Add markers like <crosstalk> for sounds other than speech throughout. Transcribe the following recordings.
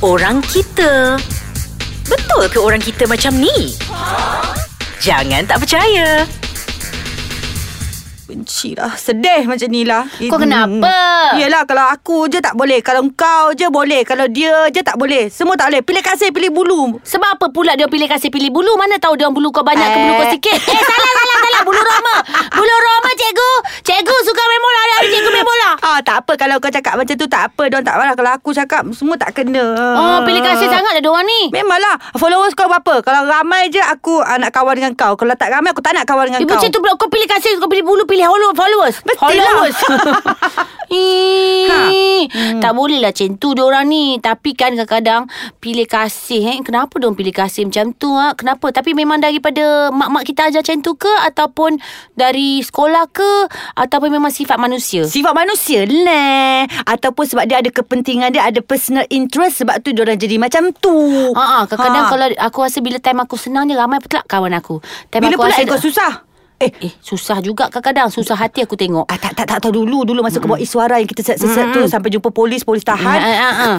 orang kita. Betul ke orang kita macam ni? Jangan tak percaya. Benci lah Sedih macam ni lah Kau kenapa? Yelah kalau aku je tak boleh Kalau kau je boleh Kalau dia je tak boleh Semua tak boleh Pilih kasih pilih bulu Sebab apa pula dia pilih kasih pilih bulu? Mana tahu dia orang bulu kau banyak ke bulu kau sikit? Eh, salah, salah, salah. Bulu Roma. Bulu Roma, cikgu. Cikgu suka main bola. Hari-hari cikgu main bola. Ah tak apa kalau kau cakap macam tu tak apa Diorang tak marah Kalau aku cakap semua tak kena Oh, pilih kasih sangat dah diorang ni. Memanglah Followers kau berapa Kalau ramai je aku ah, nak kawan dengan kau Kalau tak ramai aku tak nak kawan dengan Ibu kau Eh, macam tu pula Kau pilih kasih Kau pilih bulu Pilih follow- followers Betul lah. <laughs> Followers Ih, Ha. Tak boleh lah macam tu diorang ni Tapi kan kadang-kadang Pilih kasih eh. Kenapa diorang pilih kasih macam tu ha? Kenapa Tapi memang daripada Mak-mak kita ajar macam tu ke Ataupun Dari sekolah ke Ataupun memang sifat manusia Sifat manusia lah Ataupun sebab dia ada kepentingan Dia ada personal interest Sebab tu diorang jadi macam tu Ah, ah, kadang-kadang Ha. kalau aku rasa bila time aku senang je ramai pula kawan aku. Time Bila aku pula rasa kau susah Eh Eh, susah juga kadang-kadang susah hati aku tengok. <laughs> Ah, tak, tak, tak tahu dulu Dulu masa kau buat suara yang kita sesat-sesat tu Sampai jumpa polis Polis Ah, tahan ah, ah, ah.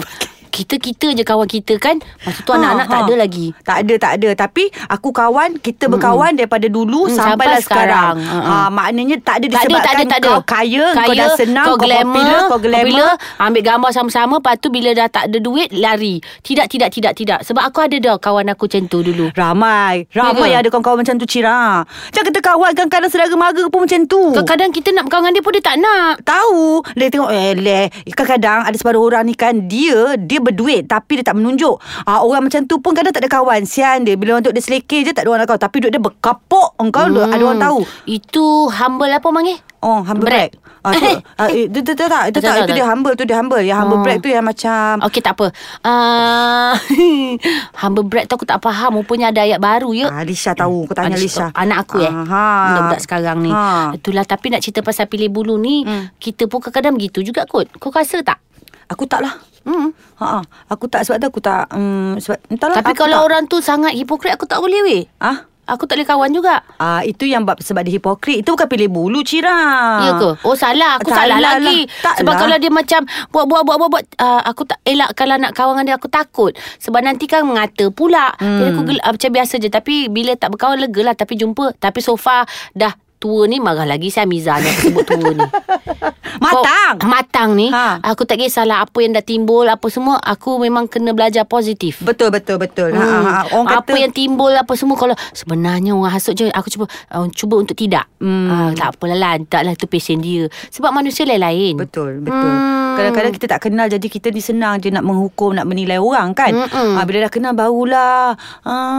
Kita-kita je kawan kita kan. Masa tu Ha, anak-anak tak ha. ada lagi. Tak ada tak ada Tapi aku kawan Kita berkawan daripada dulu Mm, Sampailah sampai sekarang. sekarang, Ha, ha, Maknanya tak ada Tak ada, disebabkan tak ada, tak ada. Kau kaya, Kau dah senang kau glamour, popular, Kau glamour popular, ambil gambar sama-sama, lepas tu bila dah tak ada duit, lari. Tidak, tidak, tidak, tidak. Sebab aku ada dah kawan aku macam tu dulu. Oh. Ramai Ramai Ya ke? ada kawan-kawan macam tu Cira Macam kita kawan kan Kadang-kadang saudara mara pun macam tu Kadang-kadang kita nak berkawan dengan dia pun dia tak nak. Tahu Dia tengok Eh leh Kadang-kadang ada separuh orang ni kan Dia Dia berduit Tapi dia tak menunjuk ah, Orang macam tu pun Kadang tak ada kawan Sian dia Bila orang tu dia selekeh je Tak ada orang nak kawan Tapi duit dia berkapok Engkau hmm. ada orang tahu Itu humble apa manggil? Oh humble brag, Brag. Ah, tu, ah, eh, itu, itu, itu tak Itu tak Tak, tak, Itu tak. dia humble Itu dia humble Yang humble Oh. brag tu yang macam Okey tak apa <laughs> uh, Humble brag tu aku tak faham Rupanya ada ayat baru ya Ah, Lisha tahu Kau tanya Ah, Lisha Anak aku eh Aha. Budak-budak sekarang ni Ha. Hmm. Itulah tapi nak cerita pasal pilih bulu ni Kita pun kadang-kadang begitu juga kot Kau rasa tak? Aku tak lah Hmm. ha, ah. Aku tak sebab tu aku tak um, sebab, entahlah, Tapi aku kalau tak. orang tu sangat hipokrit Aku tak boleh weh ah? Aku tak boleh kawan juga ah, Itu yang bab, sebab dia hipokrit Itu bukan pilih bulu Cira Ya ke? Oh salah Ah. Aku Tak salah lah lagi lah. Tak Sebab lah. kalau dia macam Buat buat buat buat, buat uh, Aku tak elak Kalau nak kawan dengan dia Aku takut Sebab nanti kan mengata pula hmm. Jadi aku gel- uh, macam biasa je Tapi bila tak berkawan Lega lah Tapi jumpa Tapi so far Dah tua ni marah lagi Saya Miza ni Aku sebut tua ni Matang Kau, Matang ni Ha. ha. Aku tak kisahlah Apa yang dah timbul Apa semua Aku memang kena belajar positif Betul betul betul. Hmm. Ha, ha, ha. Hmm. Orang apa kata yang timbul apa semua kalau sebenarnya orang hasut je aku cuba uh, cuba untuk tidak. Hmm. Uh, tak apalah lantaklah tu passion dia. Sebab manusia lain-lain. betul betul. Hmm. Kadang-kadang kita tak kenal jadi kita ni senang je nak menghukum, nak menilai orang kan. Mm-mm. Ha, bila dah kenal barulah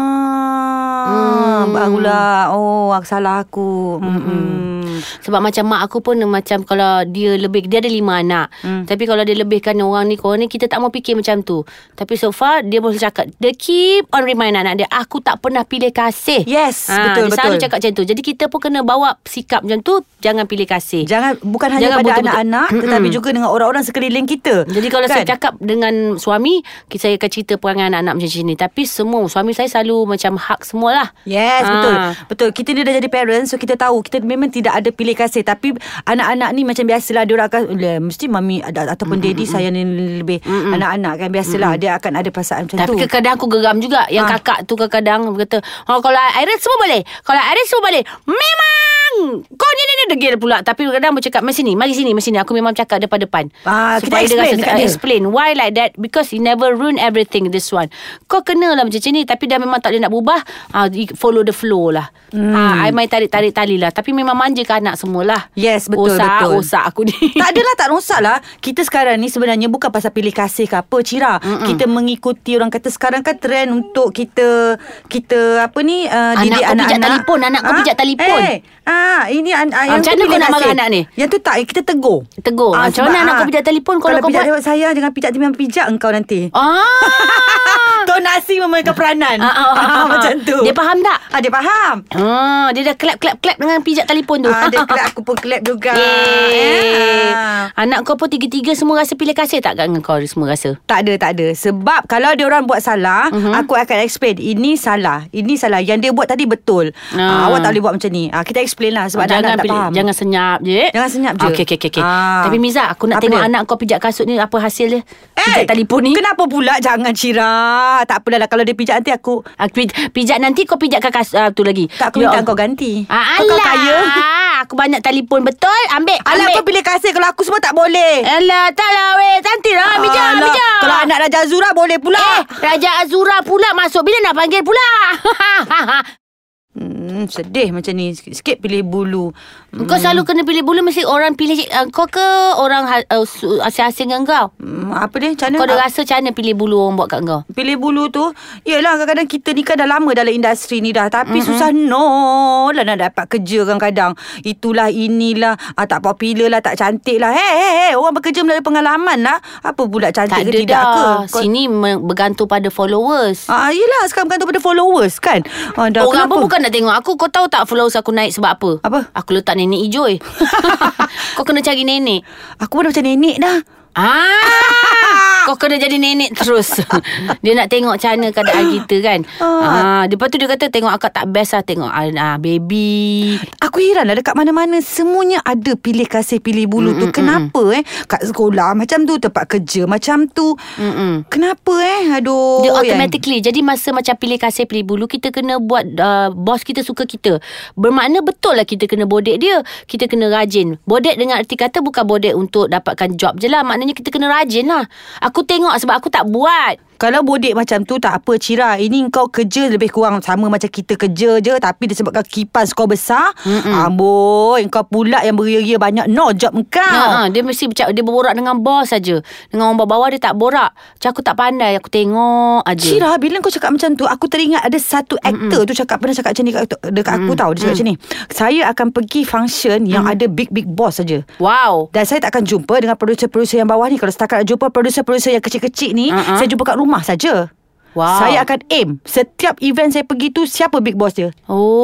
ah hmm. barulah oh aku salah aku. Hmm. Sebab macam mak aku pun macam kalau dia lebih dia ada lima anak. Hmm. Tapi kalau dia lebihkan orang ni korang ni kita tak mau fikir macam tu. Tapi so far dia boleh cakap dia keep on remind anak dia aku tak pernah pilih kasih. Yes, Ah, betul dia selalu betul. cakap macam tu. Jadi kita pun kena bawa sikap macam tu jangan pilih kasih. Jangan bukan hanya Jangan pada betul-betul. anak-anak tetapi juga dengan orang-orang sekeliling kita. Jadi kalau kan? saya cakap dengan suami, saya akan cerita perangai anak-anak macam sini. Tapi semua suami saya selalu macam hak semualah. Yes, Ah. betul. Betul. Kita ni dah jadi parents so kita tahu kita memang tidak ada pilih kasih tapi anak-anak ni macam biasalah dia orang akan "Leh, mesti mami ada- ataupun mm daddy saya ni lebih anak-anak kan biasalah mm dia akan ada perasaan macam Tapi tu. kadang-kadang aku geram juga Yang Ha. kakak tu kadang-kadang Berkata oh, Kalau Iris semua boleh Kalau Iris semua boleh Memang Kau ni ni ni Degil pula Tapi kadang bercakap Mari sini Mari sini Mari sini Aku memang cakap depan-depan Ah, kita Supaya dia explain rasa dekat ah, dia. Explain Why like that Because he never ruin everything This one Kau kena lah macam ni Tapi dah memang tak boleh nak berubah ah, you Follow the flow lah hmm. ah, I main tarik-tarik tali lah Tapi memang manja ke anak semualah Yes, betul, Osak betul. Osak aku ni tak adalah tak rosak lah Kita sekarang ni sebenarnya Bukan pasal pilih kasih ke apa Cira Mm-mm. Kita mengikuti orang kata Sekarang kan trend untuk kita Kita apa ni uh, Anak didik kau pijak telefon, anak kau pijak telefon. Eh ah, Ini an, ah, yang macam tu pilih mana kau nak kasih. marah anak ni? Yang tu tak Kita tegur Tegur. Oh, Ah, Macam Ah, sebab, mana anak kau pijak telefon kalau kau pijak buat- telefon saya Jangan pijak Jangan pijak engkau nanti Ah <laughs> Tu Intonasi memainkan peranan Ah, ah, ah, ah. Macam tu Dia faham tak? ah, Dia faham Ah, dia dah clap-clap-clap dengan pijak telefon tu. ah, <laughs> Dia clap aku pun clap juga Yeay. Ah. Anak kau pun tiga-tiga semua rasa pilih kasih tak dengan kau semua rasa? Tak ada, tak ada. Sebab kalau dia orang buat salah, Mhm. uh-huh. aku akan explain. Ini salah, ini salah. Yang dia buat tadi betul. Ah. Ah. awak tak boleh buat macam ni. Ah, kita explain lah sebab jangan anak-anak tak pilih- faham. Jangan senyap je. Jangan senyap je. Okey, okey, okey. Okay. Ah. Tapi Miza, aku nak Apa tengok dia? anak kau pijak kasut ni apa hasil dia. Eh, pijak telefon ni. Kenapa pula jangan Cira? Tak apalah lah. kalau dia pijak nanti aku Aku pij- Ah, pijak nanti kau pijak kakas uh, tu lagi. tak aku Ya minta Allah. kau ganti. Ah, Kau- alah. Kau kaya. Aku banyak telefon betul. Ambil. Alah ambil. kau pilih kasih kalau aku semua tak boleh. Alah, tak lah weh. Nanti lah. Bijak, Alah, bijak. Kalau anak Raja Azura boleh pula. Eh, Raja Azura pula masuk. Bila nak panggil pula? <laughs> Hmm, sedih macam ni. Sikit-sikit pilih bulu. Hmm. Kau selalu kena pilih bulu Mesti orang pilih uh, kau ke Orang ha- uh, su- asing-asing dengan kau Hmm, apa dia? Macam mana? Kau dah rasa macam mana Pilih bulu orang buat kat kau Pilih bulu tu Yelah kadang-kadang kita ni kan dah lama dalam industri ni dah Tapi mm-hmm. susah no lah nak dapat kerja kadang-kadang Itulah inilah ah, Tak popular lah tak cantik lah Hei hei hey, orang bekerja melalui pengalaman lah Apa pula cantik Tak ke ada tidak dah ke Kau- Sini me- bergantung pada followers Ah, yelah sekarang bergantung pada followers kan ah, dah, Orang kenapa? pun bukan nak tengok aku Kau tahu tak followers aku naik sebab apa? Apa? Aku letak nenek hijau <laughs> eh. <laughs> Kau kena cari nenek Aku pun dah macam nenek dah Ah, kau kena jadi nenek terus. dia nak tengok macam mana keadaan kita kan. Ah, lepas tu dia kata tengok akak tak best lah tengok ah, ah, baby. Aku heran lah dekat mana-mana semuanya ada pilih kasih pilih bulu mm, tu. Kenapa mm, eh? Kat sekolah macam tu, tempat kerja macam tu. Mm-mm. Kenapa eh? Aduh. Dia yang- automatically Jadi masa macam pilih kasih Pilih bulu Kita kena buat uh, Bos kita suka kita Bermakna betul lah Kita kena bodek dia Kita kena rajin Bodek dengan arti kata Bukan bodek untuk Dapatkan job je lah Maknanya kita kena rajin lah Aku tengok Sebab aku tak buat Kalau bodek macam tu tak apa Cira Ini kau kerja lebih kurang sama macam kita kerja je Tapi disebabkan kipas kau besar Amboi Kau pula yang beria-ria banyak No job kau Ha, ha, dia mesti bercak, dia berborak dengan bos saja. Dengan orang bawah dia tak borak. Macam aku tak pandai, aku tengok aja. Cira bila kau cakap macam tu Aku teringat ada satu aktor tu cakap Pernah cakap macam ni kat- dekat aku tau Dia cakap Mm. macam ni Saya akan pergi function yang ada big-big boss saja Wow. Dan saya tak akan jumpa dengan producer-producer yang bawah ni Kalau setakat nak jumpa producer-producer yang kecil-kecil ni Mm-mm. Saya jumpa kat rumah saja Wow. Saya akan aim Setiap event saya pergi tu Siapa big boss dia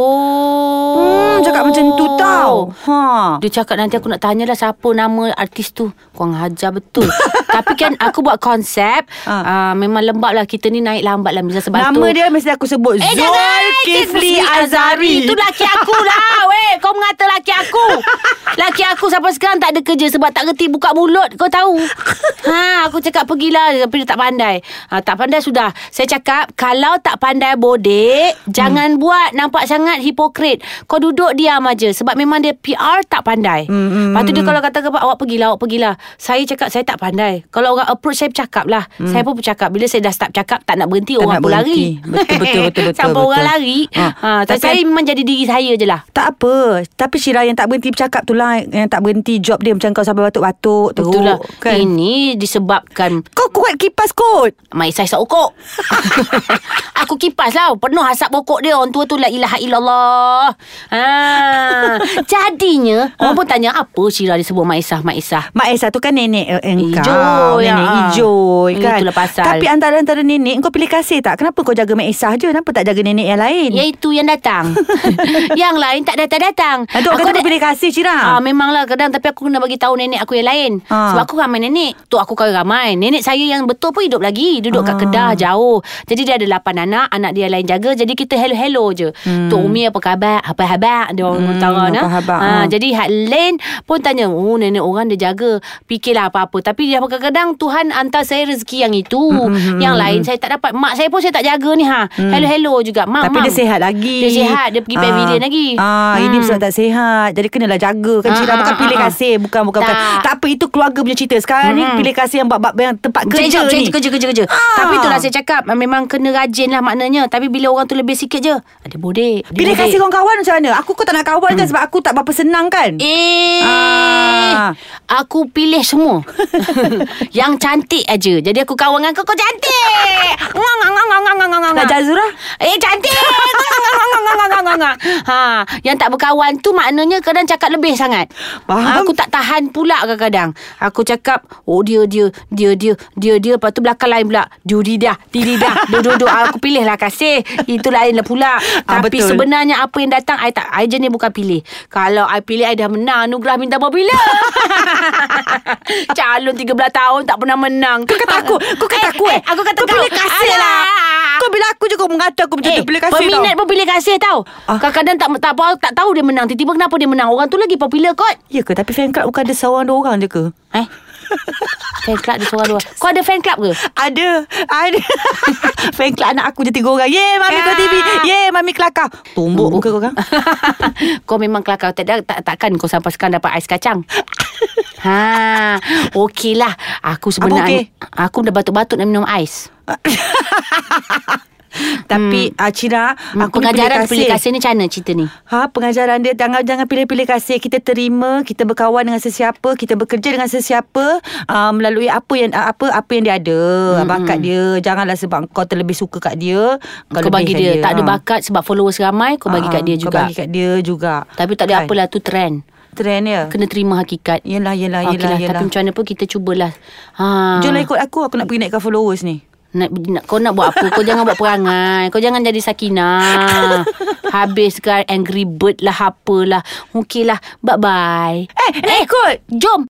Oh. Hmm, cakap macam tu tau. Ha. Dia cakap nanti aku nak tanyalah siapa nama artis tu. Kau hajar <laughs> betul. Tapi kan aku buat konsep uh, Ah. memang lembab lah kita ni naik lambat lah Mizah sebab tu. Nama dia mesti aku sebut Eh, jangan. Zulkifli Zulkifli Azari Itu laki aku <laughs> lah Weh Kau mengata laki aku Laki aku sampai sekarang tak ada kerja Sebab tak reti buka mulut Kau tahu ha, Aku cakap pergilah Tapi dia tak pandai ha, Tak pandai sudah Saya cakap Kalau tak pandai bodek Jangan buat Nampak sangat hipokrit Kau duduk diam aja Sebab memang dia PR tak pandai hmm, Lepas tu dia kalau kata kepada Awak pergilah Awak pergilah Saya cakap saya tak pandai Kalau orang approach saya bercakap lah hmm. Saya pun bercakap Bila saya dah start cakap Tak nak berhenti Tak orang nak pun lari berhenti. Betul, betul, betul, betul, Sampai betul. orang lari ha, Ha, Tapi tapi- saya memang jadi diri saya je lah tak apa Tapi Syirah yang tak berhenti bercakap tu lah Yang tak berhenti job dia Macam kau sampai batuk-batuk Teruk Betul lah kan? kan? Ini disebabkan Kau kuat kipas kot Mai saya isap <laughs> okok Aku kipas lah Penuh asap okok dia Orang tua tu La ilaha illallah <laughs> ha. Ha. Jadinya Orang pun tanya Apa Syirah dia sebut Maisah Maisah Mak Esa tu kan nenek eh, engkau Hijau, ya. Nenek hijau Hmm, kan itulah pasal. Tapi antara-antara nenek Kau pilih kasih tak? Kenapa kau jaga Mak Esa je? Kenapa tak jaga nenek yang lain? Iaitu yang <laughs> datang Yang lain tak datang-datang Nanti orang Ah, kata ada- kau pilih kasih Syirah Ah, memanglah kadang tapi aku kena bagi tahu nenek aku yang lain. lah. Ah. Sebab aku ramai nenek. Tu aku kan ramai. Nenek saya yang betul pun hidup lagi. Duduk kat Kedah jauh. Jadi dia ada lapan anak, anak dia lain jaga. Jadi kita hello-hello je. Hmm. Tok Umi apa khabar? Apa khabar? Dia orang hmm, tahu apa khabar, ah. jadi hak lain pun tanya, "Oh, nenek orang dia jaga. Fikirlah apa-apa." Tapi dia kadang-kadang Tuhan hantar saya rezeki yang itu. Hmm, yang lain saya tak dapat. Mak saya pun saya tak jaga ni ha. Hmm. Hello-hello juga. Mak, Tapi mak. dia sihat lagi Dia sihat. Dia pergi pavilion lagi. ah, Ini Hmm. sebab tak sihat Jadi kenalah jaga Kan Ah, Cira ah, Bukan ah, pilih ah. kasih Bukan bukan tak. Tak. Hmm. bukan Tak apa itu keluarga punya cerita Sekarang ni pilih kasih yang bab-bab yang tempat Change kerja up, ni change, kerja, kerja, kerja. Ah. Tapi itulah saya cakap. Memang kena rajin lah maknanya. Tapi bila orang tu lebih sikit je. Ada bodek. Ada Pilih bodek. kasih kawan-kawan macam mana Aku kau tak nak kawan kan Sebab aku tak berapa senang kan Hmm. Eh, Ah. aku pilih semua. <laughs> yang cantik aja. Jadi aku kawan dengan kau, kau <laughs> cantik. Ngong, ngong, ngong, ngong, ngong, ngong, Raja ngong. Azura Eh cantik Ngong, ngong, ngong, ngong, ngong, ngong, ngong. ha, Yang tak berkawan tu Maknanya kadang cakap lebih sangat Faham. Aku tak tahan pula kadang-kadang Aku cakap Oh dia dia Dia dia Dia dia Lepas tu belakang lain pula Duri dah Diri dah Duduk-duduk Aku pilih lah kasih Itu lain lah pula Ah, Tapi betul. sebenarnya Apa yang datang I tak I jenis bukan pilih Kalau I pilih I dah menang Anugerah minta bila Calon 13 tahun Tak pernah menang Kau kata aku Kau kata Eh, aku eh, eh, Aku kata kau kau pilih kasih Alah. lah Kau bila aku je kau mengata aku macam tu Pilih kasih Eh, peminat tau pun pilih kasih tau Ah. Kadang-kadang tak, tak, tak, tak tahu dia menang Tiba-tiba kenapa dia menang Orang tu lagi popular kot Ya ke tapi fan club bukan ada seorang dua orang je ke <laughs> Eh Fan club dia seorang dua Kau ada fan club ke? Ada Ada <laughs> Fan club anak aku je tiga orang Yeay Mami Kau Ah. TV Yeay Mami Kelakar Tumbuk muka kau kan <laughs> Hmm. kau memang kelakar tak, ada- tak, Takkan kau sampai sekarang dapat ais <laughs> kacang Ha, okey lah. Aku sebenarnya okey? aku dah batuk-batuk nak minum ais. Tapi hmm. Cina Aku Aku ni pengajaran pilih kasih ni macam mana cerita ni? Ha, pengajaran dia jangan jangan pilih-pilih kasih. Kita terima, kita berkawan dengan sesiapa, kita bekerja dengan sesiapa uh, melalui apa yang uh, apa apa yang dia ada, hmm, bakat dia. Janganlah sebab kau terlebih suka kat dia, Kau, kau bagi lebihkan dia, tak ada Ha. bakat sebab followers ramai, kau bagi Ha, kat dia Kau juga. bagi kat Kan? dia juga. Tapi tak ada apalah tu trend. Trend dia. Kena terima hakikat. Yelah, yelah, yelah, Okey lah, yelah. lah. Tapi macam mana pun kita cubalah. Ha. Jomlah ikut aku, aku nak pergi naikkan followers ni. Nak, nak, kau nak buat apa Kau jangan buat perangai Kau jangan jadi <laughs> Sakinah Habiskan Angry Bird lah Apalah Okey lah Bye-bye Eh, nak ikut! Jom